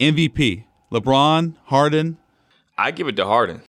MVP, LeBron, Harden. I give it to Harden.